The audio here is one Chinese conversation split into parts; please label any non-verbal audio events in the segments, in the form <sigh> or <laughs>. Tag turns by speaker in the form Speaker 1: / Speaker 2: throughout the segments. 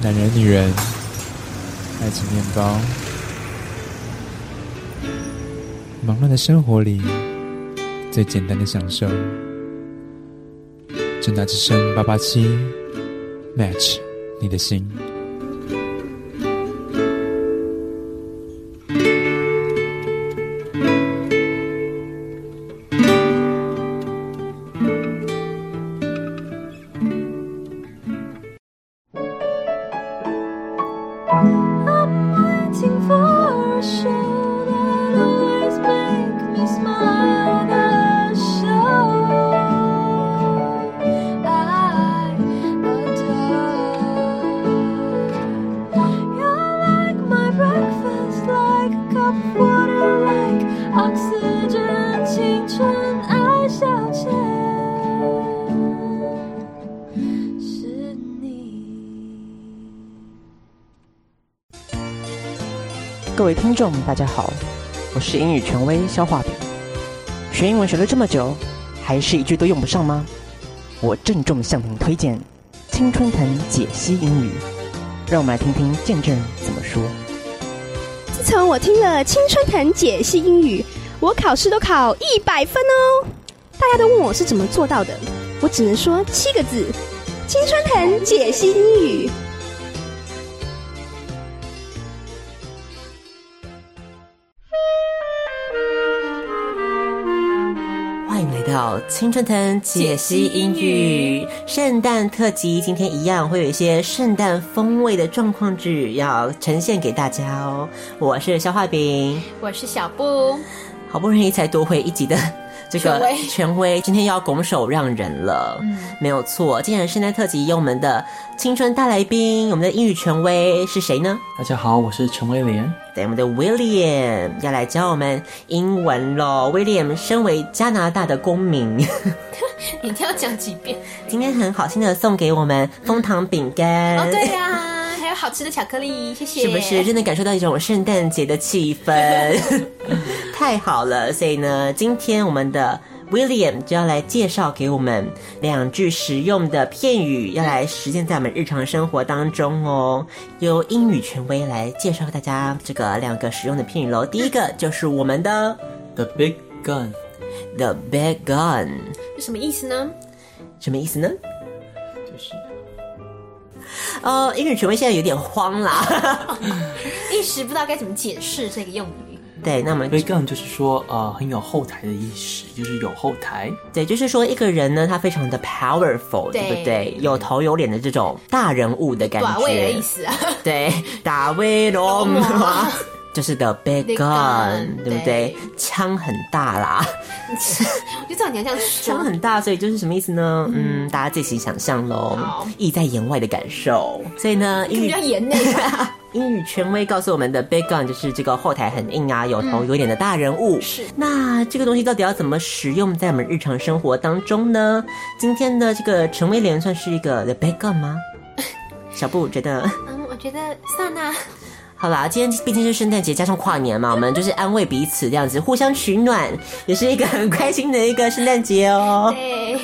Speaker 1: 男人、女人，爱情面包。忙乱的生活里，最简单的享受。正大之声八八七，match 你的心。
Speaker 2: waiting for a show that always make me smile. That show I adore. You're like my breakfast, like a cup of water, like oxygen, 青春爱消遣。是你。
Speaker 3: 各位听众，大家好，我是英语权威肖化饼。学英文学了这么久，还是一句都用不上吗？我郑重向您推荐《青春藤解析英语》，让我们来听听见证人怎么说。
Speaker 4: 自从我听了青春藤解析英语，我考试都考一百分哦。大家都问我是怎么做到的，我只能说七个字：青春藤解析英语。
Speaker 5: 欢迎来到青春藤解析英语圣诞特辑，今天一样会有一些圣诞风味的状况剧要呈现给大家哦。我是肖画饼，
Speaker 6: 我是小布，
Speaker 5: 好不容易才夺回一集的 <laughs> 这个
Speaker 6: 权威
Speaker 5: 权威，今天又要拱手让人了。
Speaker 6: 嗯
Speaker 5: 没有错，既然圣诞特辑有我们的青春大来宾，我们的英语权威是谁呢？
Speaker 7: 大家好，我是陈威廉。
Speaker 5: 对，我们的 William 要来教我们英文喽。William 身为加拿大的公民。 <laughs>
Speaker 6: 你一定要讲几遍？
Speaker 5: 今天很好心的送给我们枫糖饼干，
Speaker 6: 哦，对呀、还有好吃的巧克力，谢谢。
Speaker 5: 嗯是不是？真的感受到一种圣诞节的气
Speaker 7: <laughs>
Speaker 5: 氛？太好了！所以呢，今天我们的 William 就要来介绍给我们两句实用的片语，要来实践在我们日常生活当中哦。由英语权威来介绍大家这个两个实用的片语喽。第一个就是我们的
Speaker 7: The big gun,
Speaker 5: the big gun，
Speaker 6: 什么意思呢？
Speaker 5: 什么意思呢？
Speaker 7: 就是
Speaker 5: 哦，英语权威现在有点慌
Speaker 7: <laughs>
Speaker 5: 啦。
Speaker 6: 一时不知道该怎么解释这个用语。
Speaker 5: 对，那我们
Speaker 7: big gun，就是说呃很有后台的意识，就是有后台。
Speaker 5: 对，就是说一个人呢，他非常的 powerful，对
Speaker 6: 对
Speaker 5: 不对？有头有脸的这种大人物的感觉。
Speaker 6: 短位的意。思啊， <laughs>
Speaker 5: 对，大卫
Speaker 6: 罗
Speaker 5: 罗马
Speaker 6: 马，
Speaker 5: <laughs> 就是的 big
Speaker 6: Big
Speaker 5: gun，
Speaker 6: gun，
Speaker 5: 对不对
Speaker 6: 对？
Speaker 5: 枪很大啦，
Speaker 6: 我就知道你要这样
Speaker 5: 枪
Speaker 6: 说。
Speaker 5: 很大，所以就是什么意思呢？嗯，大家自己想象喽
Speaker 6: 好，
Speaker 5: 意在言外的感受。所以呢，英
Speaker 6: 比
Speaker 5: 语
Speaker 6: 较严
Speaker 5: <laughs>
Speaker 6: 内吧
Speaker 5: 英语权威告诉我们的 big gun 就是这个后台很硬啊，有头有脸的大人物。
Speaker 6: 是
Speaker 5: 那这个东西到底要怎么使用在我们日常生活当中呢？今天的这个陈威廉算是一个 the big gun 吗？小布觉得， <laughs>
Speaker 6: 嗯，我觉得算啦、
Speaker 5: 好啦，今天毕竟是圣诞节加上跨年嘛，我们就是安慰彼此这样子，互相取暖，也是一个很开心的一个圣诞节哦。
Speaker 6: 对，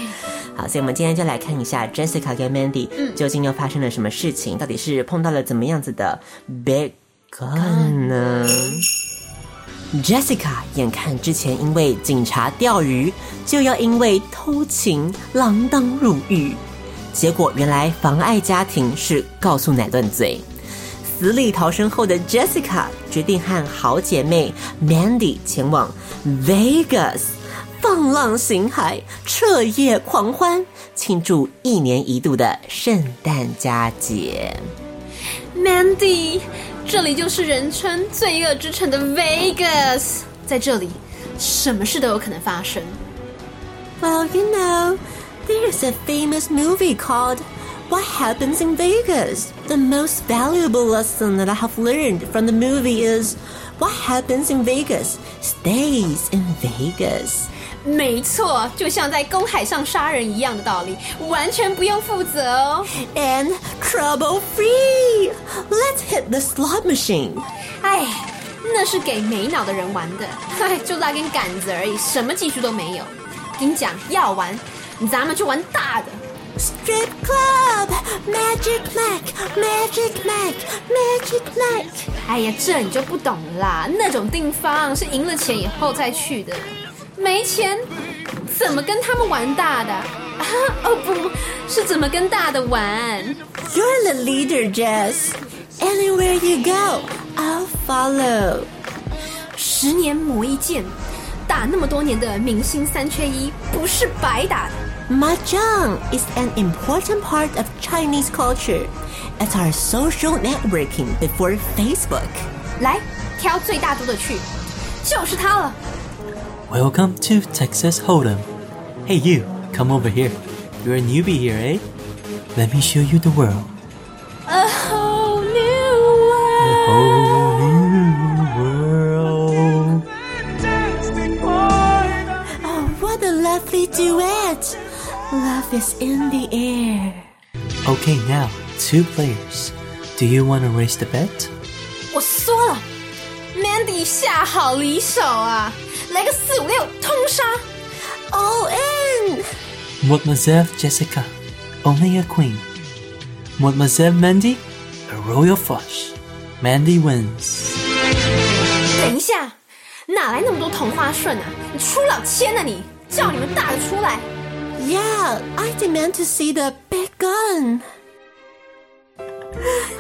Speaker 5: 好，所以我们今天就来看一下 Jessica 跟 Mandy、究竟又发生了什么事情，到底是碰到了怎么样子的 big gun 呢？Jessica 眼看之前因为警察钓鱼，就要因为偷情锒铛入狱，结果原来妨碍家庭是告诉乃论罪。死里逃生后的 Jessica 决定和好姐妹 Mandy 前往 Vegas 放浪形骸、彻夜狂欢，庆祝一年一度的圣诞佳节。
Speaker 6: Mandy，这里就是人称“罪恶之城”的 Vegas，在这里，什么事都有可能发生。
Speaker 5: Well, you know, there's a famous movie called What Happens in Vegas. The most valuable lesson that I have learned from the movie is What happens in Vegas stays in Vegas.
Speaker 6: 没错，就像在公海上杀人一样的道理，完全不用负责哦。
Speaker 5: and trouble free. Let's hit the slot machine.
Speaker 6: 哎，那是给没脑的人玩的， <laughs> 哎，就拉根杆子而已，什么技术都没有。跟你讲，要玩，咱们就玩大的。
Speaker 5: Strip club, Magic Mike, Magic Mike, Magic Mike。
Speaker 2: 哎呀，这你就不懂了啦，那种地方是赢了钱以后再去的，没钱怎么跟他们玩大的？ <laughs> 啊，哦不，是怎么跟大的玩？
Speaker 5: You're the leader, Jess. Anywhere you go, I'll follow.
Speaker 2: 十年磨一剑，打那么多年的明星三缺一不是白打的。
Speaker 5: Mahjong is an important part of Chinese culture. It's our social networking before Facebook.
Speaker 2: 来，挑最大度的去，就是他了。
Speaker 7: Welcome to Texas Hold'em. Hey, you, come over here. You're a newbie here, eh? Let me show you the world.
Speaker 2: A whole new world.
Speaker 7: Whole new world.
Speaker 5: Oh, what a lovely duet! Love is in the air.
Speaker 7: Okay, now, two players. Do you want to raise the bet?
Speaker 2: 我说了，Mandy 下好离手啊，来个四五六通杀。
Speaker 5: All in!
Speaker 7: Mademoiselle Jessica, only a queen. Mademoiselle Mandy, a royal flush. Mandy wins.
Speaker 2: 等一下，哪来那么多同花顺啊？你出老千呢、你？叫你们大的出来。
Speaker 5: Yeah, I demand to see the big gun.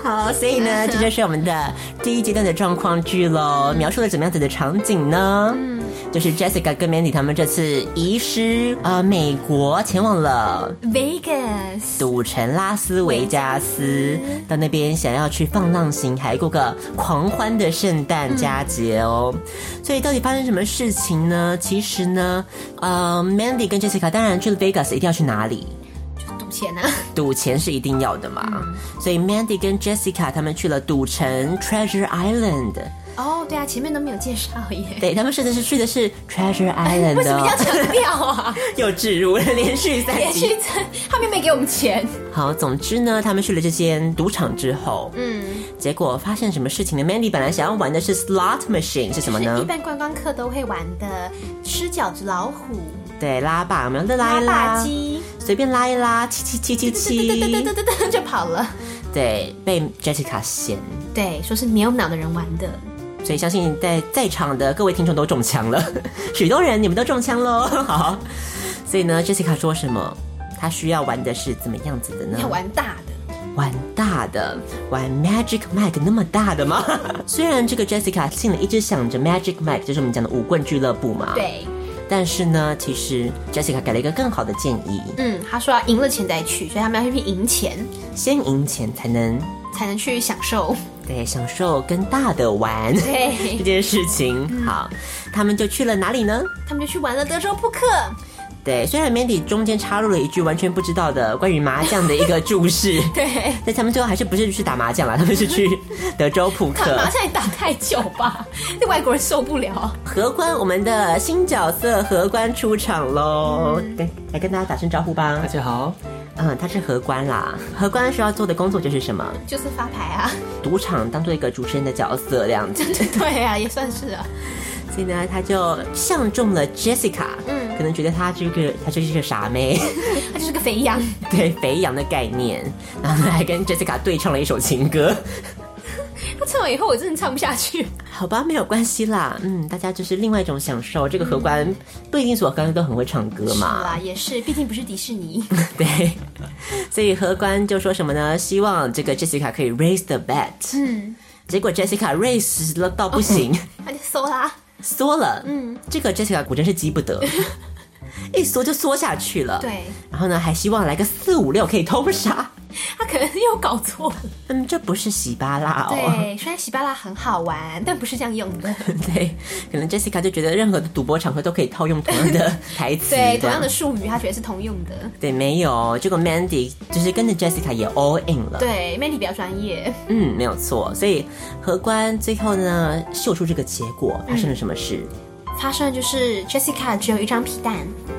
Speaker 3: 好，所以 <laughs> 呢，这就是我们的第一阶段的状况剧喽。描述了怎么样子的场景呢？嗯，就是 Jessica 跟 Mandy 他们这次遗失呃美国，前往了
Speaker 2: Vegas，
Speaker 3: 赌城拉斯维加斯，到那边想要去放浪形骸，过个狂欢的圣诞佳节哦。所以到底发生什么事情呢？其实呢，呃，Mandy 跟 Jessica 当然去了 Vegas 一定要去哪里？
Speaker 2: 赌钱呢、
Speaker 3: 赌钱是一定要的嘛，所以 Mandy 跟 Jessica 他们去了赌城 Treasure Island，
Speaker 2: 哦，对啊，前面都没有介绍耶。
Speaker 3: 对他们甚至是去的是 Treasure Island
Speaker 2: 哎为什么
Speaker 3: 哦
Speaker 2: 要
Speaker 3: <laughs>
Speaker 2: 强调啊？
Speaker 3: 又置入了连续三
Speaker 2: 连
Speaker 3: 集
Speaker 2: 续。在他们没给我们钱。
Speaker 3: 好，总之呢，他们去了这间赌场之后，嗯，结果发现什么事情呢？Mandy 本来想要玩的是 slot machine 是什么
Speaker 2: 是一
Speaker 3: 呢？
Speaker 2: 般观光客都会玩的吃饺子老虎、
Speaker 3: 对，拉霸，我们要拉一
Speaker 2: 霸
Speaker 3: 拉，
Speaker 2: 鸡，
Speaker 3: 随便拉一拉，七七七七
Speaker 2: 噔噔噔
Speaker 3: 七，
Speaker 2: 噔噔噔就跑了。
Speaker 3: 对，被 Jessica 嫌，
Speaker 2: 对，说是没有脑的人玩的。
Speaker 3: 所以相信在在场的各位听众都中枪了， <laughs> 许多人你们都中枪喽。 <laughs> 好，所以呢，Jessica 说什么？她需要玩的是怎么样子的呢？
Speaker 2: 要玩大的，
Speaker 3: 玩大的，玩 Magic Mike 那么大的吗？ <laughs> 虽然这个 Jessica 心里一直想着 Magic Mike 就是我们讲的舞棍俱乐部嘛，。
Speaker 2: 对，
Speaker 3: 但是呢，其实 Jessica 给了一个更好的建议，
Speaker 2: 嗯，他说要赢了钱再去，所以他们要去赢钱
Speaker 3: 先赢钱才能
Speaker 2: 才能去享受。
Speaker 3: 对享受跟大的玩 <laughs> 这
Speaker 2: 对，
Speaker 3: 件事情。好，他们就去了哪里呢？
Speaker 2: 他们就去玩了德州扑克，
Speaker 3: 对，虽然 Mandy 中间插入了一句完全不知道的关于麻将的一个注 <laughs> 释，
Speaker 2: 对，
Speaker 3: 但他们最后还是不是去打麻将啦，他们是去德州扑
Speaker 2: 打
Speaker 3: 克。 <laughs>
Speaker 2: 麻将也打太久 <laughs> 吧，那外国人受不了。
Speaker 3: 荷官，我们的新角色荷官出场喽！跟来跟大家打声招呼吧。
Speaker 7: 嗯大家好。
Speaker 3: 嗯，他是荷官啦。荷官需要做的工作就是什么？
Speaker 2: 就是发牌啊，
Speaker 3: 赌场当做一个主持人的角色这
Speaker 7: <laughs>
Speaker 3: 样子。
Speaker 2: 对 <laughs> 对啊，也算是啊。
Speaker 3: 所以呢，他就相中了 Jessica，嗯，可能觉得她这个她就是个傻妹， <laughs>
Speaker 2: 他就是个肥羊，
Speaker 3: 对肥羊的概念。然后呢，还跟 Jessica 对唱了一首情歌。
Speaker 2: 他唱完以后我真的唱不下去。
Speaker 3: 好吧，没有关系啦。嗯，大家就是另外一种享受。这个荷官不一定所有荷官都很会唱歌嘛。
Speaker 2: 啊，也是，毕竟不是迪士 <laughs> 尼。
Speaker 3: <laughs> 对，所以荷官就说什么呢？希望这个 Jessica 可以 raise the bet。嗯，结果 Jessica raise 了到不行，
Speaker 2: 他就搜啦，
Speaker 3: 缩了。嗯，这个 Jessica 果真是急不 <laughs> 得，一缩就缩下去了。
Speaker 2: 对，
Speaker 3: 然后呢，还希望来个四五六可以通杀。 <laughs>
Speaker 2: 他可能又搞错了。
Speaker 3: 嗯，这不是喜巴拉哦。
Speaker 2: 对，虽然喜巴拉很好玩，但不是这样用的。
Speaker 3: <laughs> 对，可能 Jessica 就觉得任何的赌博场合都可以套用同样的台词，
Speaker 2: 对，
Speaker 3: 这
Speaker 2: 同样的。术语，他觉得是通用的。
Speaker 3: 对，没有。结果 Mandy 就是跟着 Jessica 也 all in 了。
Speaker 2: 对，Mandy 比较专业，
Speaker 3: 嗯，没有错。所以荷官最后呢，秀出这个结果，发
Speaker 2: 嗯
Speaker 3: 生了什么事？
Speaker 2: 发生的就是 Jessica 只有一张皮蛋，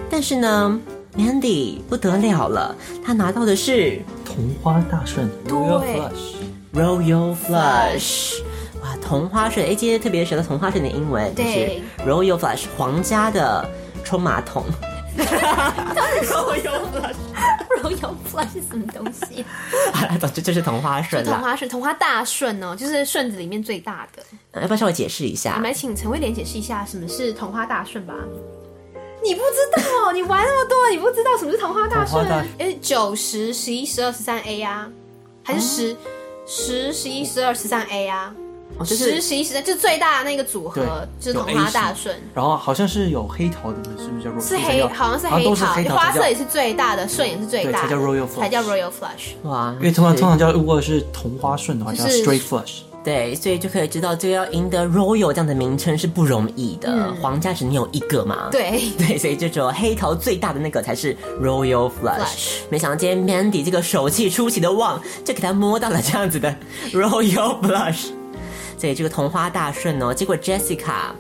Speaker 3: 但是呢，Mandy 不得了了，他拿到的是
Speaker 7: 童话大顺 Royal
Speaker 2: 对。
Speaker 7: Flush。
Speaker 3: Royal Flush。哇，同花顺！哎，今天特别学到同花顺的英文，就是
Speaker 2: 对
Speaker 3: Royal Flush，皇家的冲马桶。Royal Flush，
Speaker 2: Royal Flush 是什么东西？
Speaker 3: 好了，总之就是同花顺
Speaker 2: 同
Speaker 3: 啦。
Speaker 2: 花顺，同花大顺哦，就是顺子里面最大的。
Speaker 3: 呃要不要稍微解释一下
Speaker 2: 我？们来请陈慧莲解释一下什么是同花大顺吧。你不知道，你玩那么多，你不知道什么是同花大顺
Speaker 7: 同花大？
Speaker 2: 哎，九十、十一、十二、十三 A 呀，还是十、十、十一、十二、十三 A 呀？
Speaker 7: 哦，就
Speaker 2: 十、
Speaker 7: 是，
Speaker 2: 十一、十三，哦就是最大的那个组合，就是
Speaker 7: 对
Speaker 2: 同花大顺。
Speaker 7: 然后好像是有黑桃的，是不是叫 Royal？
Speaker 2: 是黑，好像是
Speaker 7: 好像
Speaker 2: 黑
Speaker 7: 都是
Speaker 2: 桃，
Speaker 7: 黑桃
Speaker 2: 花
Speaker 7: 才叫
Speaker 2: 色也是最大的，顺也是最
Speaker 7: 对
Speaker 2: 大的，
Speaker 7: 才叫 Royal Flush
Speaker 2: 才叫 Royal Flush。
Speaker 3: 哇，
Speaker 7: 因为通常通常叫如果是同花顺的话叫
Speaker 2: 就是
Speaker 7: Straight Flush。
Speaker 3: 对，所以就可以知道这个要赢得 Royal 这样的名称是不容易的。皇家只能有一个嘛。。
Speaker 2: 对，
Speaker 3: <laughs> 对，所以就只有黑桃最大的那个才是 Royal Flush。
Speaker 2: Flush
Speaker 3: 没想到今天 Mandy 这个手气出奇的旺，就给他摸到了这样子的 <laughs> Royal Flush。所以这个同花大顺哦，结果 Jessica，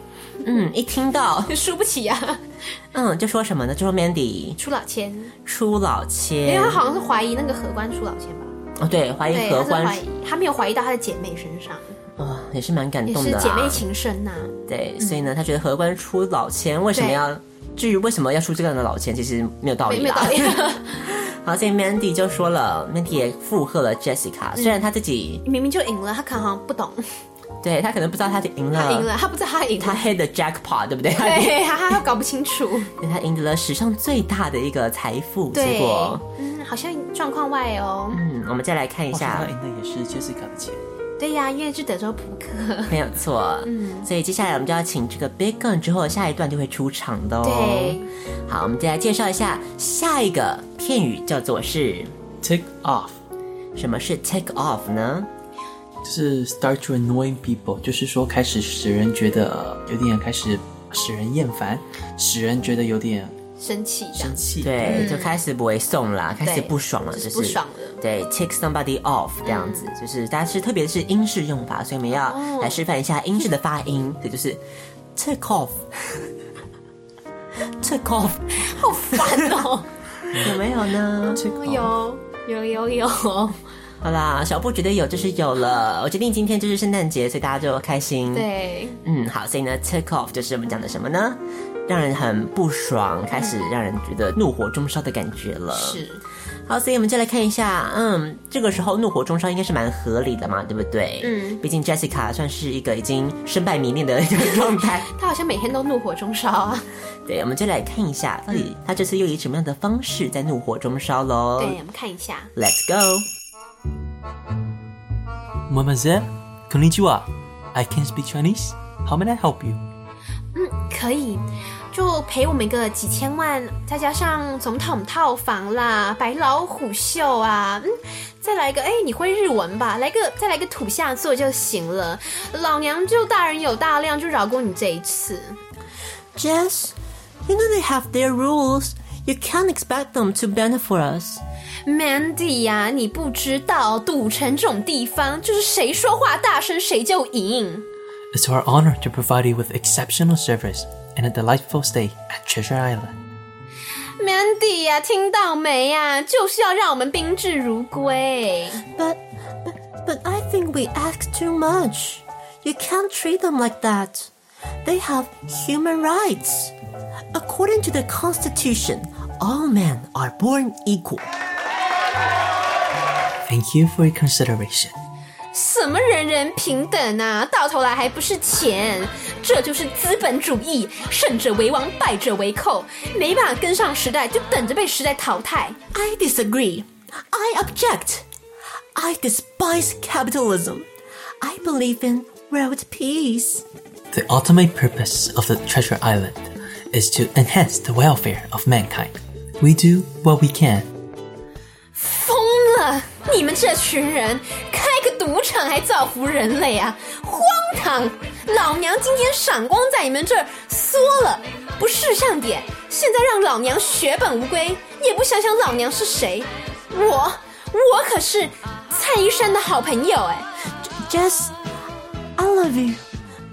Speaker 3: 嗯，一听到，
Speaker 2: 输不起啊， <laughs>
Speaker 3: 嗯，就说什么呢？就说 Mandy
Speaker 2: 出老千，
Speaker 3: 出老
Speaker 2: 因为
Speaker 3: 千
Speaker 2: 他，好像是怀疑那个荷官出老千吧。
Speaker 3: 哦，对，怀疑
Speaker 2: 对，
Speaker 3: 合
Speaker 2: 他是
Speaker 3: 欢，
Speaker 2: 怀疑，他没有怀疑到他的姐妹身上，
Speaker 3: 哇，哦也是蛮感
Speaker 2: 也
Speaker 3: 动
Speaker 2: 是
Speaker 3: 的、啊，
Speaker 2: 姐妹情深呐、
Speaker 7: 嗯
Speaker 3: 对，所以呢，他觉得荷官出老千，为什么
Speaker 2: 对
Speaker 3: 要？至于为什么要出这样的老千，其实没有道
Speaker 2: 没
Speaker 3: 理
Speaker 2: 没有道
Speaker 3: 啦。
Speaker 2: 理，啊
Speaker 3: 好，所以 Mandy 就说了，Mandy 也附和了
Speaker 7: 嗯
Speaker 3: Jessica，、虽然他自己
Speaker 2: 明明就赢了，他可能好像不懂，
Speaker 3: 对他可能不知道他赢了，
Speaker 2: 他赢了，，他不知道嗯他赢
Speaker 3: 他
Speaker 2: 了，
Speaker 3: 黑的 jackpot，对不对？
Speaker 2: <laughs>
Speaker 3: <laughs>
Speaker 2: 对，他他搞不清楚，
Speaker 3: 他赢得了史上最大的一个财富，结
Speaker 2: 对
Speaker 3: 果，
Speaker 2: 嗯，好像状况外哦，
Speaker 3: 嗯，我们再来看一
Speaker 7: 好像
Speaker 3: 下
Speaker 7: 他，赢哎的也是 Jessica 的钱。
Speaker 2: 对呀、因为是德州扑克，
Speaker 3: 没有错，嗯，所以接下来我们就要请这个 Big Gun 之后，下一段就会出场的哦。
Speaker 2: 对，
Speaker 3: 好，我们再来介绍一下下一个片语，叫做是
Speaker 7: Tick off
Speaker 3: 什么是 take off 呢？
Speaker 7: 就是 start to annoying people，就是说开始使人觉得呃有点开始使人厌烦，使人觉得有点
Speaker 2: 生气这样
Speaker 7: 生，气。
Speaker 3: 对，就开始不会送啦，开始
Speaker 2: 嗯对
Speaker 3: 不爽了，就是
Speaker 2: 不爽了
Speaker 3: 对，take somebody off 这样子，就是大家是特别是英式用法，所以我们要
Speaker 2: 哦
Speaker 3: 来示范一下英式的发
Speaker 2: <laughs>
Speaker 3: 音，也就是 take <laughs> off，take off
Speaker 2: 好烦哦，
Speaker 3: 有没有呢？
Speaker 2: <laughs> 哎有有有有，
Speaker 3: 好啦，小布觉得有就是有了，我决定今天就是圣诞节，所以大家就开心。，
Speaker 2: 对，
Speaker 3: 嗯，好，所以呢，take off 就是我们讲的什么呢？让人很不爽，开始让人觉得怒火中烧的感觉了。。
Speaker 2: 是，
Speaker 3: 好，所以我们就来看一下，嗯，这个时候怒火中烧应该是蛮合理的嘛，对不对？
Speaker 2: 嗯，
Speaker 3: 毕竟 Jessica 算是一个已经身败名裂的
Speaker 2: <laughs>
Speaker 3: 一个状态。
Speaker 2: 他好像每天都怒火中烧啊，
Speaker 3: 对，我们就来看一下，到
Speaker 2: 嗯
Speaker 3: 底他这次又以什么样的方式在怒火中烧喽
Speaker 2: 对，我们看一下，
Speaker 3: ？Let's go。
Speaker 7: Mademoiselle, konnichiwa. I can speak Chinese. How may I help you?
Speaker 2: 可以，就赔我们个几千万，再加上总统套房啦、白老虎秀啊，嗯，再来一个，哎，你会日文吧？来个，再来个土下座就行了。老娘就大人有大量，就饶过你这一次。
Speaker 3: Jess, you know they have their rules. You can't expect them to bend for us.
Speaker 2: Mandy 呀、你不知道，赌城这种地方，就是谁说话大声谁就赢。
Speaker 7: It's our honor to provide you with exceptional service and a delightful stay at Treasure Island.
Speaker 2: Mandy 呀、听到没呀、就是要让我们宾至如归。
Speaker 3: But, but, but I think we ask too much. You can't treat them like that. They have human rights. According to the Constitution, all men are born equal.
Speaker 7: Thank you for your consideration.
Speaker 2: 什么人人平等啊？到头来还不是钱，这就是资本主义，胜者为王，败者为寇，没办法跟上时代，就等着被时代淘汰。
Speaker 3: I disagree. I object. I despise capitalism. I believe in world peace.
Speaker 7: The ultimate purpose of the Treasure Island is to enhance the welfare of mankind. We do what we can.
Speaker 2: 疯了！你们这群人开个赌场还造福人类啊，荒唐！老娘今天闪光在你们这儿缩了，不识相点，现在让老娘血本无归，也不想想老娘是谁。我我可是蔡医生的好朋友哎、
Speaker 3: Jess, I love you,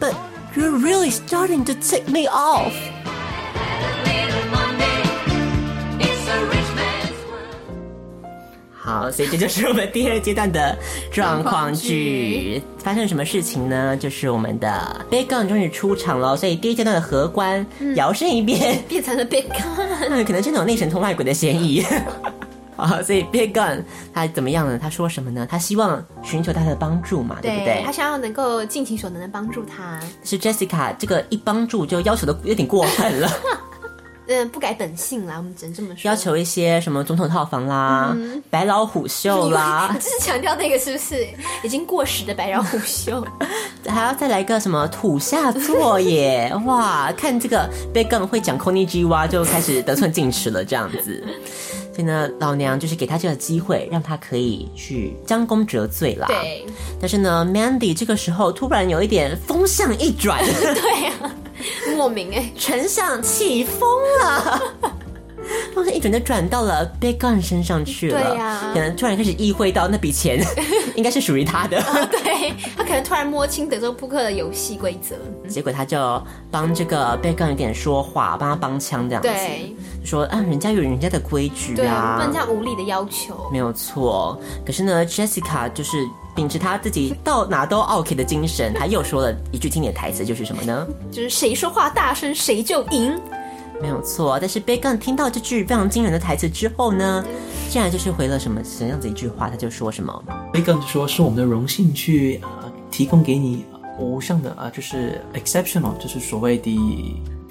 Speaker 3: but you're really starting to tick me off.
Speaker 5: It's a rich man's world.
Speaker 3: 好，所以这就是我们第二阶段的状况剧。发生了什么事情呢？就是我们的 Big Gun 终于出场了，所以第一阶段的荷嗯官摇身一变，
Speaker 2: 变成了 Big Gun。
Speaker 3: <laughs> 可能真的有内神通外鬼的嫌疑。 <laughs> 啊，所以 Big Gun 他怎么样呢？他说什么呢？他希望寻求他的帮助嘛，对不对？
Speaker 2: 他想要能够尽其所能的帮助他，
Speaker 3: 是 Jessica 这个一帮助就要求的有点过分 <laughs> 了，
Speaker 2: 嗯，不改本性啦，我们只能这么说。
Speaker 3: 要求一些什么总统套房啦、白老虎秀
Speaker 2: 你
Speaker 3: <laughs> 啦
Speaker 2: 你，就是强调那个是不是已经过时的白饶虎秀？
Speaker 3: 还要再来个什么土下座
Speaker 2: <laughs>
Speaker 3: 耶！哇，看这个 Big Gun 会讲 Kony G 哇，就开始得寸进尺了这样子。所以呢，老娘就是给他这个机会，让他可以去将功折罪啦。。
Speaker 2: <laughs> 对
Speaker 3: 但是呢，Mandy 这个时候突然有一点风向
Speaker 2: <laughs>
Speaker 3: 一转，
Speaker 2: 对啊，莫名哎、
Speaker 3: 丞相起风
Speaker 2: <laughs>
Speaker 3: 了。风向一转就转到了 Big Gun 身上去了，
Speaker 2: 对呀
Speaker 3: 可能突然开始意会到那笔钱
Speaker 2: <laughs>
Speaker 3: 应该是属于他的，
Speaker 2: 对他可能突然摸清德州扑克的游戏规则，
Speaker 3: 结果他就帮这个 Big Gun 有点说话，帮他帮腔这样子，
Speaker 2: 对
Speaker 3: 说啊，人家有人家的规矩
Speaker 2: 对，
Speaker 3: 啊，
Speaker 2: 不能这样无理的要求。
Speaker 3: 没有错。可是呢，Jessica 就是秉持她自己到哪都 OK 的精神，她又说了一句经典台词，就是什么呢？
Speaker 2: 就是谁说话大声谁就赢。
Speaker 3: 没有错。但是 Big Gun 听到这句非常惊人的台词之后呢，竟然就是回了什么什么样子一句话，他就说什么，
Speaker 7: b i g u n 就说是我们的荣幸去呃提供给你呃无上的啊，就是 exceptional，就是所谓的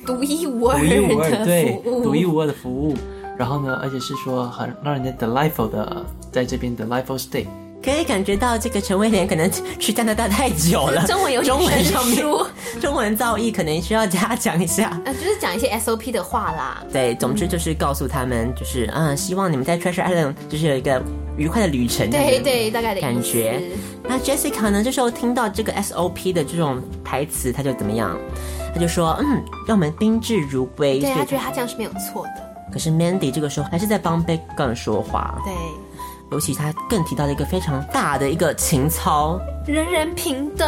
Speaker 2: 独一无二
Speaker 7: 独一无二，对
Speaker 2: 的，服务，
Speaker 7: 独一无二的服务。然后呢，而且是说很让人家 delightful 的，在这边 delightful stay。
Speaker 3: 可以感觉到这个陈威廉可能去加拿大太久
Speaker 2: <laughs>
Speaker 3: 了，
Speaker 2: 中文有点
Speaker 3: 中文上
Speaker 2: 生
Speaker 3: 面
Speaker 2: 疏，
Speaker 3: 中文造诣可能需要加强一下。
Speaker 2: 呃，就是讲一些 SOP 的话啦。
Speaker 3: 对，总之就是告诉他们，就是嗯，希望你们在 Treasure Island 就是有一个愉快的旅程。
Speaker 2: 对。对，大概的意思
Speaker 3: 感觉那 Jessica 呢，这时候听到这个 SOP 的这种台词，她就怎么样？她就说，嗯，让我们宾至如归。
Speaker 2: 对
Speaker 3: 所
Speaker 2: 他
Speaker 3: 以
Speaker 2: 觉得他这样是没有错的。
Speaker 3: 可是 Mandy 这个时候还是在帮 Big Gun 说话，
Speaker 2: 对，
Speaker 3: 尤其他更提到了一个非常大的一个情操。
Speaker 2: 人人平等，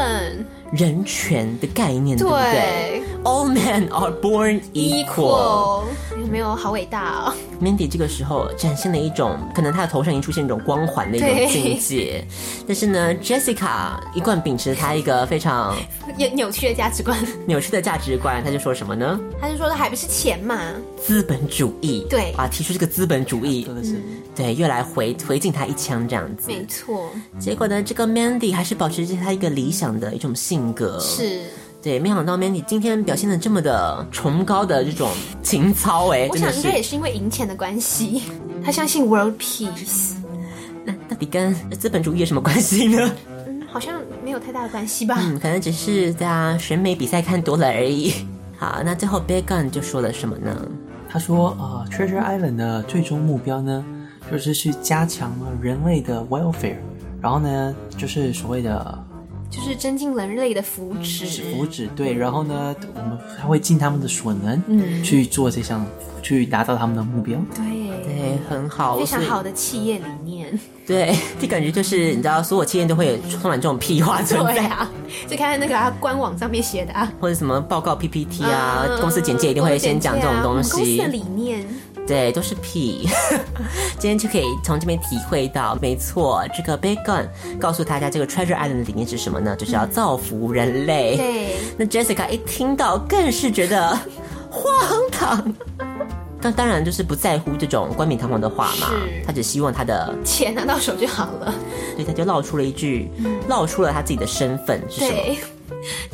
Speaker 3: 人权的概念，对不对
Speaker 2: 对
Speaker 3: ？All men are born equal。
Speaker 2: equal，有没有好伟大 <laughs> 哦？
Speaker 3: Mandy 这个时候展现了一种可能她的头上已经出现一种光环的一种
Speaker 2: 对
Speaker 3: 境界，但是呢，Jessica 一贯秉持她一个非常
Speaker 2: 扭扭曲的价值观，
Speaker 3: 扭曲的价值观，她就说什么呢？
Speaker 2: 他就说他还不是钱嘛？
Speaker 3: 资本主义，
Speaker 2: 对
Speaker 3: 啊，提出这个资本主义
Speaker 7: 真，的是，
Speaker 3: 对，又来回回敬她一枪这样子。
Speaker 2: 没错，
Speaker 3: 结果呢，这个 Mandy 还是保持着她一个理想的一种性格，
Speaker 2: 是。
Speaker 3: 对，没想到 Mandy 今天表现的这么的崇高的这种情操，哎，
Speaker 2: 我
Speaker 3: 真的
Speaker 2: 想应
Speaker 3: 是
Speaker 2: 该也是因为赢钱的关系，他相信 world peace，
Speaker 3: 那到底跟资本主义有什么关系呢？
Speaker 2: 嗯，好像没有太大的关系吧。
Speaker 3: 嗯，可能只是大家选美比赛看多了而已。好，那最后 Big Gun 就说了什么呢？
Speaker 7: 他说啊、t r e a s u r e Island 的最终目标呢，就是去加强了人类的 welfare，然后呢，就是所谓的
Speaker 2: 就是增进人类的福祉。
Speaker 7: 福祉对，然后呢，我们还会尽他们的所能，嗯，去做这项，去达到他们的目标。
Speaker 2: 对，
Speaker 3: 对，哎很好，
Speaker 2: 非常
Speaker 3: 所以
Speaker 2: 好。的企业理念。
Speaker 3: 对， <laughs> 这感觉就是你知道，所有企业都会有充满这种屁话存
Speaker 2: 对
Speaker 3: 在，
Speaker 2: 啊，就看那个他官网上面写的啊，
Speaker 3: <laughs> 或者什么报告 PPT 啊，
Speaker 2: 嗯
Speaker 3: 公司简介一定会先讲这种东
Speaker 2: 啊公司
Speaker 3: 西。
Speaker 2: 的理念，
Speaker 3: 对，都是屁。 <laughs> 今天就可以从这边体会到，没错，这个 Big Gun 告诉大家这个 Treasure Island 的理念是什么呢？就是要造福人类。
Speaker 2: 对，
Speaker 3: 那 Jessica 一听到，更是觉得
Speaker 2: <laughs>
Speaker 3: 荒唐。但当然就是不在乎这种冠冕堂皇的话嘛
Speaker 2: 是，
Speaker 3: 他只希望他的，
Speaker 2: 钱拿到手就好
Speaker 3: <laughs>
Speaker 2: 了。
Speaker 3: 对，他就唠出了一句，唠出了他自己的身份是什么。
Speaker 2: 嗯对，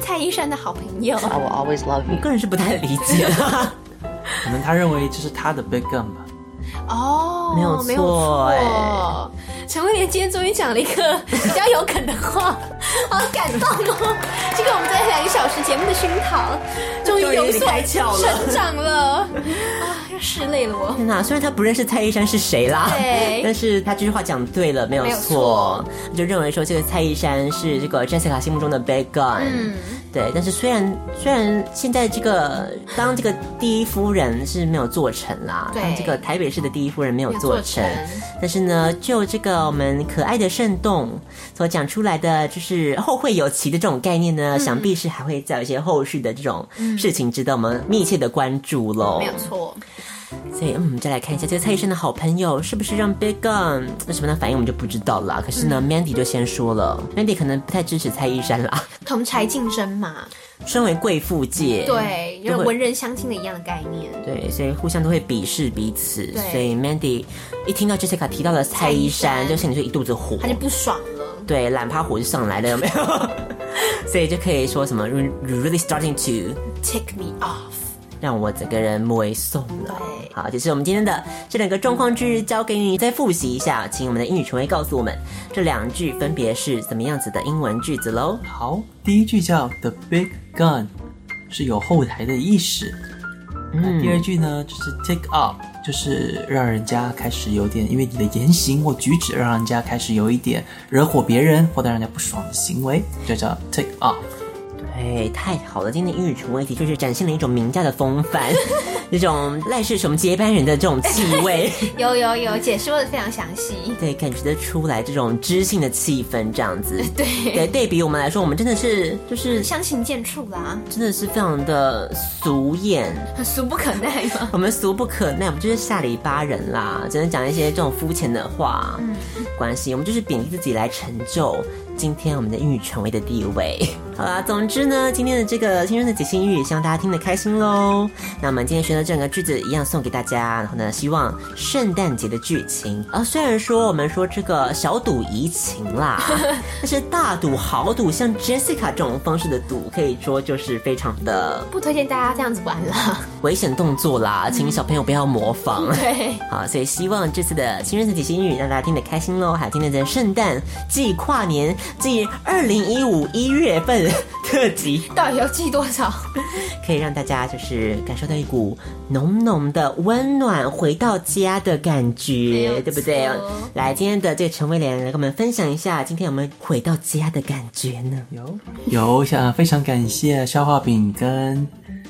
Speaker 2: 蔡依珊的好朋友，
Speaker 8: I will always love you。
Speaker 3: 个人是不太理解的，
Speaker 7: 可能他认为这是他的 big gun 吧。
Speaker 2: 哦，
Speaker 3: 没有错哎
Speaker 2: 没有错。陈威廉今天终于讲了一个 <laughs> 比较有梗的话， <laughs> 好感动哦！这个我们在两个小时节目的熏
Speaker 3: <laughs>
Speaker 2: 陶，终于有
Speaker 3: 终于
Speaker 2: 所
Speaker 3: 开窍了
Speaker 2: 成长了啊！要拭泪了哦我。
Speaker 3: 天哪！虽然他不认识蔡依珊是谁啦，
Speaker 2: 对
Speaker 3: <laughs> 但是他这句话讲对了，没有
Speaker 2: 没有
Speaker 3: 错
Speaker 2: 错。
Speaker 3: 他就认为说这个蔡依珊是这个 Jessica 心目中的 Big Gun，嗯，对。但是虽然虽然现在这个当这个第一夫人是没有做成啦，
Speaker 2: 对
Speaker 3: 当这个台北市的第一夫人没有
Speaker 2: 没有
Speaker 3: 做
Speaker 2: 做
Speaker 3: 成
Speaker 2: 成，
Speaker 3: 但是呢，就这个我们可爱的圣洞所讲出来的，就是后会有期的这种概念
Speaker 2: 嗯
Speaker 3: 呢，想必是还会再有一些后续的这种事情值得我们密切的关注喽。
Speaker 2: 没有错，
Speaker 3: 所以，嗯，我们再来看一下这个蔡医生的好朋友是不是让 Big Gun 有什么样的反应，我们就不知道了。可是呢、m a n d y 就先说了，Mandy 可能不太支持蔡医生啦。 <laughs>
Speaker 2: 同柴竞争嘛，
Speaker 3: 身为贵妇界，
Speaker 2: 对，有
Speaker 3: 嗯
Speaker 2: 点
Speaker 3: 就会
Speaker 2: 文人相亲的一样的概念。
Speaker 3: 对，所以互相都会鄙视彼此。
Speaker 2: 对
Speaker 3: 所以 Mandy 一听到 Jessica 提到了蔡医
Speaker 2: 蔡
Speaker 3: 生，
Speaker 2: 医生
Speaker 3: 就心里就一肚子火，
Speaker 2: 他就不爽了。
Speaker 3: 对，懒趴火就上来了，有没有？ <laughs> 所以就可以说什么，You you really starting to
Speaker 2: Take me off，哎
Speaker 3: 让我整个人没送了。
Speaker 2: 对
Speaker 3: 好，这是我们今天的这两个状况句，交给你再复习一下，请我们的英语权威告诉我们这两句分别是怎么样子的英文句子喽。
Speaker 7: 好，第一句叫 The Big Gun，是有后台的意识。那第二句呢，就是 Take up，就是让人家开始有点，因为你的言行或举止，让人家开始有一点惹火别人或者让人家不爽的行为，就叫 Take up。
Speaker 3: 对，哎太好了，今天的英语权威的确是展现了一种名家的风
Speaker 2: <laughs>
Speaker 3: 范，一种赖世雄接班人的这种气味。
Speaker 2: 有有有，解说的非常详细。
Speaker 3: 对，感觉得出来这种知性的气氛，这样子。对，对，对比我们来说，我们真的是就是
Speaker 2: 相形见绌啦，
Speaker 3: 真的是非常的俗艳，
Speaker 2: 很俗不可耐嘛。
Speaker 3: 我们俗不可耐，我们就是下里巴人啦，只能讲一些这种肤浅的话。嗯，关系，我们就是贬低自己来成就今天我们的英语权威的地位。 <laughs> 好啦，总之呢，今天的这个青春的解析英语，希望大家听得开心喽。那我们今天学的这两个句子一样送给大家，然后呢，希望圣诞节的剧情啊，虽然说我们说这个小赌怡情啦，但是大赌豪赌，像 Jessica 这种方式的赌，可以说就是非常的
Speaker 2: 不推荐大家这样子玩啦。
Speaker 3: 危险动作啦，请小朋友不要模仿。 <laughs>
Speaker 2: 对，
Speaker 3: 好，所以希望这次的青春词解析英语让大家听得开心喽，还有今天的圣诞暨跨年暨二零一五一月份特辑，
Speaker 2: 到底要记多少？
Speaker 3: 可以让大家就是感受到一股浓浓的温暖回到家的感
Speaker 2: 没
Speaker 3: 觉
Speaker 2: 有，
Speaker 3: 对不对
Speaker 2: 错？
Speaker 3: 来，今天的这个陈威廉来跟我们分享一下，今天我们回到家的感觉呢？
Speaker 7: 有有，想非常感谢消化饼跟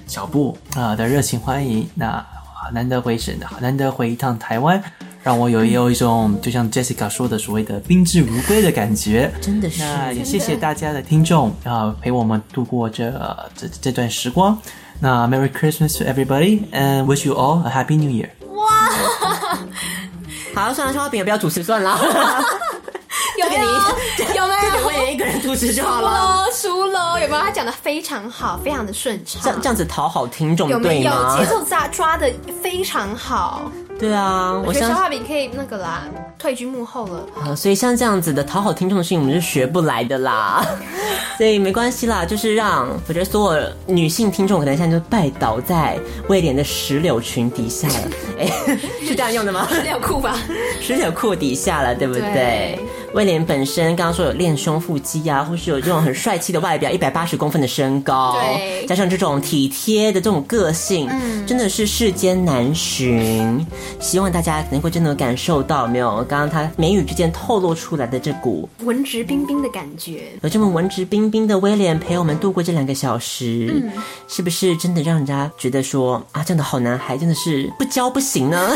Speaker 7: 小布啊、的热情欢迎。那啊难得回省，难得回一趟台湾，让我有有一种就像 Jessica 说的所谓的宾至如归的感觉。
Speaker 3: 真的是
Speaker 7: 那也谢谢大家的听众啊、陪我们度过这呃这这段时光。那 Merry Christmas to everybody and wish you all a Happy New Year。
Speaker 3: 好，算了，消化饼也不要主持算了，
Speaker 2: 有没有？有没
Speaker 3: 就
Speaker 2: 有？
Speaker 3: 威廉一个人主持就好
Speaker 2: 输
Speaker 3: 了。
Speaker 2: 喽，输喽！有没有？他讲的非常好，非常的顺畅。
Speaker 3: 这样这样子讨好听众
Speaker 2: 有没
Speaker 3: 对
Speaker 2: 有
Speaker 3: 吗？
Speaker 2: 节奏抓抓的非常好？
Speaker 3: 对啊，我
Speaker 2: 我觉得
Speaker 3: 相
Speaker 2: 消
Speaker 3: 信。
Speaker 2: 化饼可以那个啦，退居幕后了。
Speaker 3: 啊，所以像这样子的讨好听众的事情，我们是学不来的啦， <laughs> 所以没关系啦，就是让我觉得所有女性听众可能现在就拜倒在威廉的石榴裙底下了，哎、 <laughs> 是这样用的吗？
Speaker 2: 有酷吧？
Speaker 3: <laughs> 石榴裤底下了，对不对？
Speaker 2: 对
Speaker 3: 威廉本身刚刚说有练胸腹肌啊，或是有这种很帅气的外表，一百八十公分的身高，
Speaker 2: 对
Speaker 3: 加上这种体贴的这种个性，嗯，真的是世间难寻。希望大家能够真的感受到，没有刚刚他眉宇之间透露出来的这股
Speaker 2: 文质彬彬的感觉，
Speaker 3: 有这么文质彬彬的威廉陪我们度过这两个小时，是不是真的让人家觉得说啊，这样的好男孩真的是不交不行 <laughs> 呢？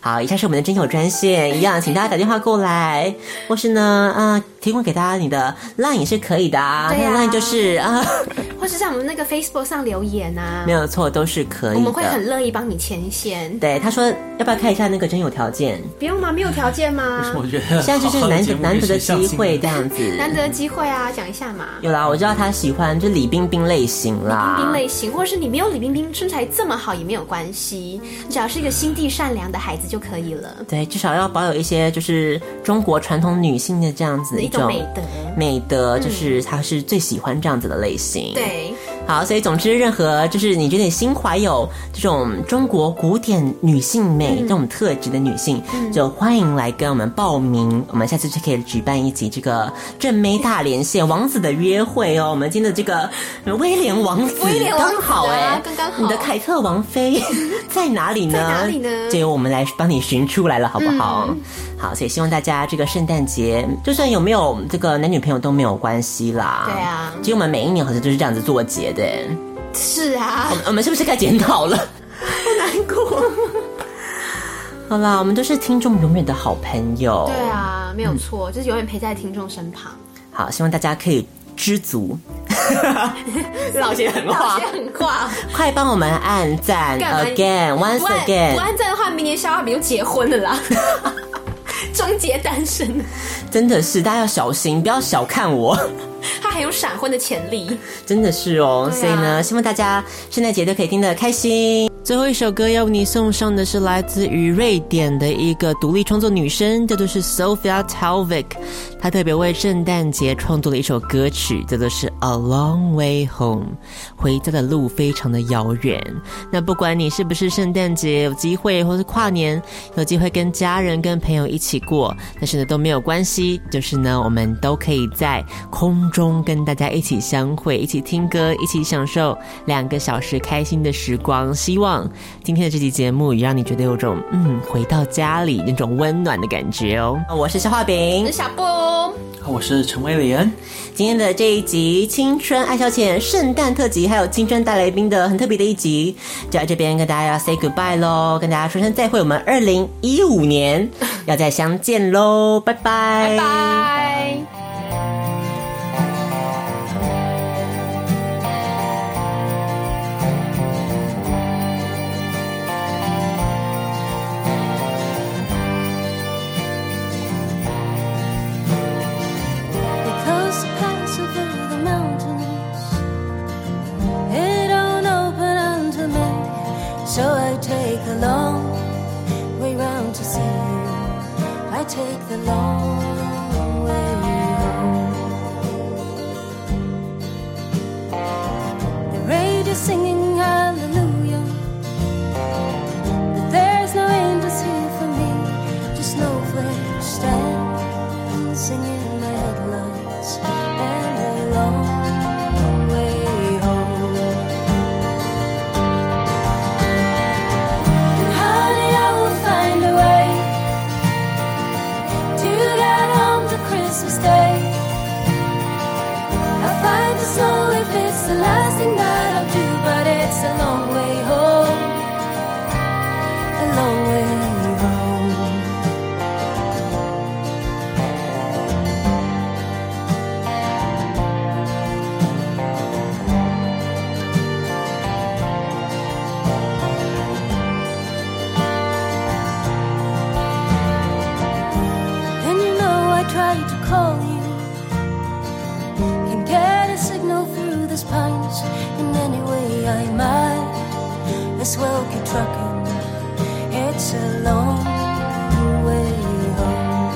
Speaker 3: 好，以下是我们的征友专线，一样，请大家打电话过来，或是呢，啊、提供给大家你的 line 也是可以的啊，
Speaker 2: 对
Speaker 3: 那
Speaker 2: 啊
Speaker 3: 个 line 就是啊，
Speaker 2: 或是在我们那个 Facebook 上留言啊
Speaker 3: 没，有错，都是可以的。
Speaker 2: 我们会很乐意帮你牵线。
Speaker 3: 对，他说要不要看一下那个征友条件？
Speaker 2: 不用吗？没有条件吗？
Speaker 7: 我觉得
Speaker 3: <laughs> 啊现在就是
Speaker 7: 好好的
Speaker 3: 难
Speaker 7: 节
Speaker 3: 得
Speaker 7: 目
Speaker 3: 难得的
Speaker 7: 就是上
Speaker 3: 机会
Speaker 7: 新
Speaker 3: 这样 <laughs> 子。
Speaker 2: 难得机会啊，讲一下嘛。
Speaker 3: 有啦，我知道他喜欢就李冰冰类型啦，
Speaker 2: 冰类型，或者是你没有李冰冰身材这么好也没有关系，只要是一个心地善良的孩子就可以了。
Speaker 3: 对，至少要保有一些就是中国传统女性的这样子的
Speaker 2: 一
Speaker 3: 种
Speaker 2: 种美德嗯
Speaker 3: 美德就是她是最喜欢这样子的类型。，
Speaker 2: 对，
Speaker 3: 好，所以总之，任何就是你觉得你心怀有这种中国古典女性美、这种特质的女性，
Speaker 2: 嗯
Speaker 3: 就欢迎来跟我们报名。我们下次就可以举办一集这个正妹大连线王子的约会哦。我们今天的这个威廉王子
Speaker 2: 威廉王子啊
Speaker 3: 刚好哎，
Speaker 2: 刚刚好
Speaker 3: 你的凯特王妃 <laughs> 在哪里呢？
Speaker 2: 在哪里呢嗯
Speaker 3: 就由我们来帮你寻出来了，好不好？好，所以希望大家这个圣诞节，就算有没有这个男女朋友都没有关系啦。
Speaker 2: 对啊
Speaker 3: 其实我们每一年好像就是这样子做节的。
Speaker 2: 是啊
Speaker 3: 我，们我们是不是该检
Speaker 2: <laughs>
Speaker 3: 讨了？
Speaker 2: 难过。
Speaker 3: <laughs> 好啦，我们都是听众永远的好朋友。
Speaker 2: 对，啊，没有错，就是永远陪在听众身旁。 <laughs>
Speaker 3: 好，希望大家可以知足，老些狠
Speaker 6: 好
Speaker 3: 话
Speaker 6: 像，很挂。
Speaker 3: 快帮我们按赞
Speaker 6: 干嘛
Speaker 3: again
Speaker 6: 不按
Speaker 3: once
Speaker 6: 不
Speaker 3: again，
Speaker 6: 按赞的话，明年肖化饼就结婚了啦，终结单身，
Speaker 3: 真的是大家要小心，不要小看我。
Speaker 6: 他还有闪婚的潜力。
Speaker 3: 真的是哦，
Speaker 6: 对啊
Speaker 3: 所以呢，希望大家圣诞节都可以听得开心。最后一首歌要为你送上的是来自于瑞典的一个独立创作女生，叫做是 Sophia Talvik，她特别为圣诞节创作了一首歌曲，叫做是 A Long Way Home，回家的路非常的遥远。那不管你是不是圣诞节有机会，或是跨年有机会跟家人、跟朋友一起过，但是呢都没有关系，就是呢我们都可以在空中跟大家一起相会，一起听歌，一起享受两个小时开心的时光。希望今天的这期节目也让你觉得有种嗯回到家里那种温暖的感觉哦。我是肖画饼
Speaker 6: 那，小波，
Speaker 7: 我是陈威廉，
Speaker 3: 今天的这一集《青春爱消遣》圣诞特辑，还有《青春大来宾》的很特别的一集，就在这边跟大家要 say goodbye 喽，跟大家说声再会，我们二零一五年要再相见喽，拜拜，
Speaker 6: 拜拜。
Speaker 2: The coast pass over the mountains. It don't open unto me, so I take the long way round to see you. I take the long way home. The radio singing hallelujah, but there's no embassy for me. Just snowflakes stand singing my headlights and a long way home. And honey, I will find a way to get home to Christmas Day. I'll find the snow if it's the last thing that I'll do, but it's a long way home. A long way home. And you know I tried to call you. Can get a signal through this pines. And anyway, I might as well keep trucking. It's a long way home.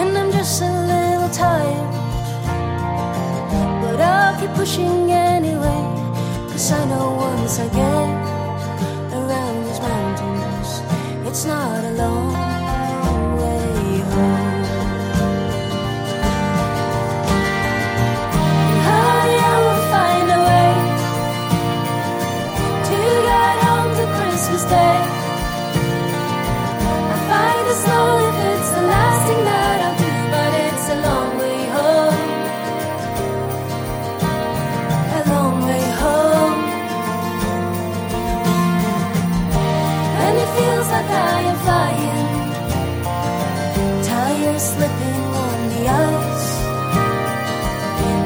Speaker 2: And I'm just a little tired. But I'll keep pushing anyway. Cause I know once I get around these mountains. It's not a long way home. And honey, I will find a way to get home to Christmas Day. I find the snow if it's the last thing that I'll do, but it's a long way home. A long way home. and it feels like I am flying. Tires slipping on the ice,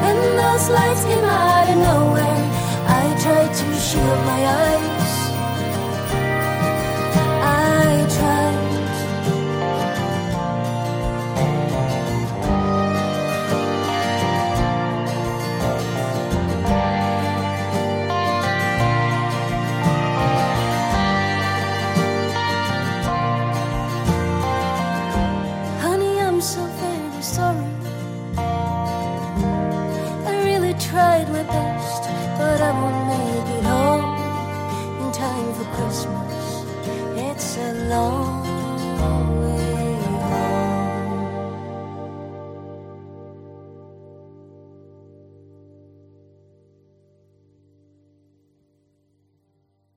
Speaker 2: and those lights came out of nowhere. I tried to shield my eyes,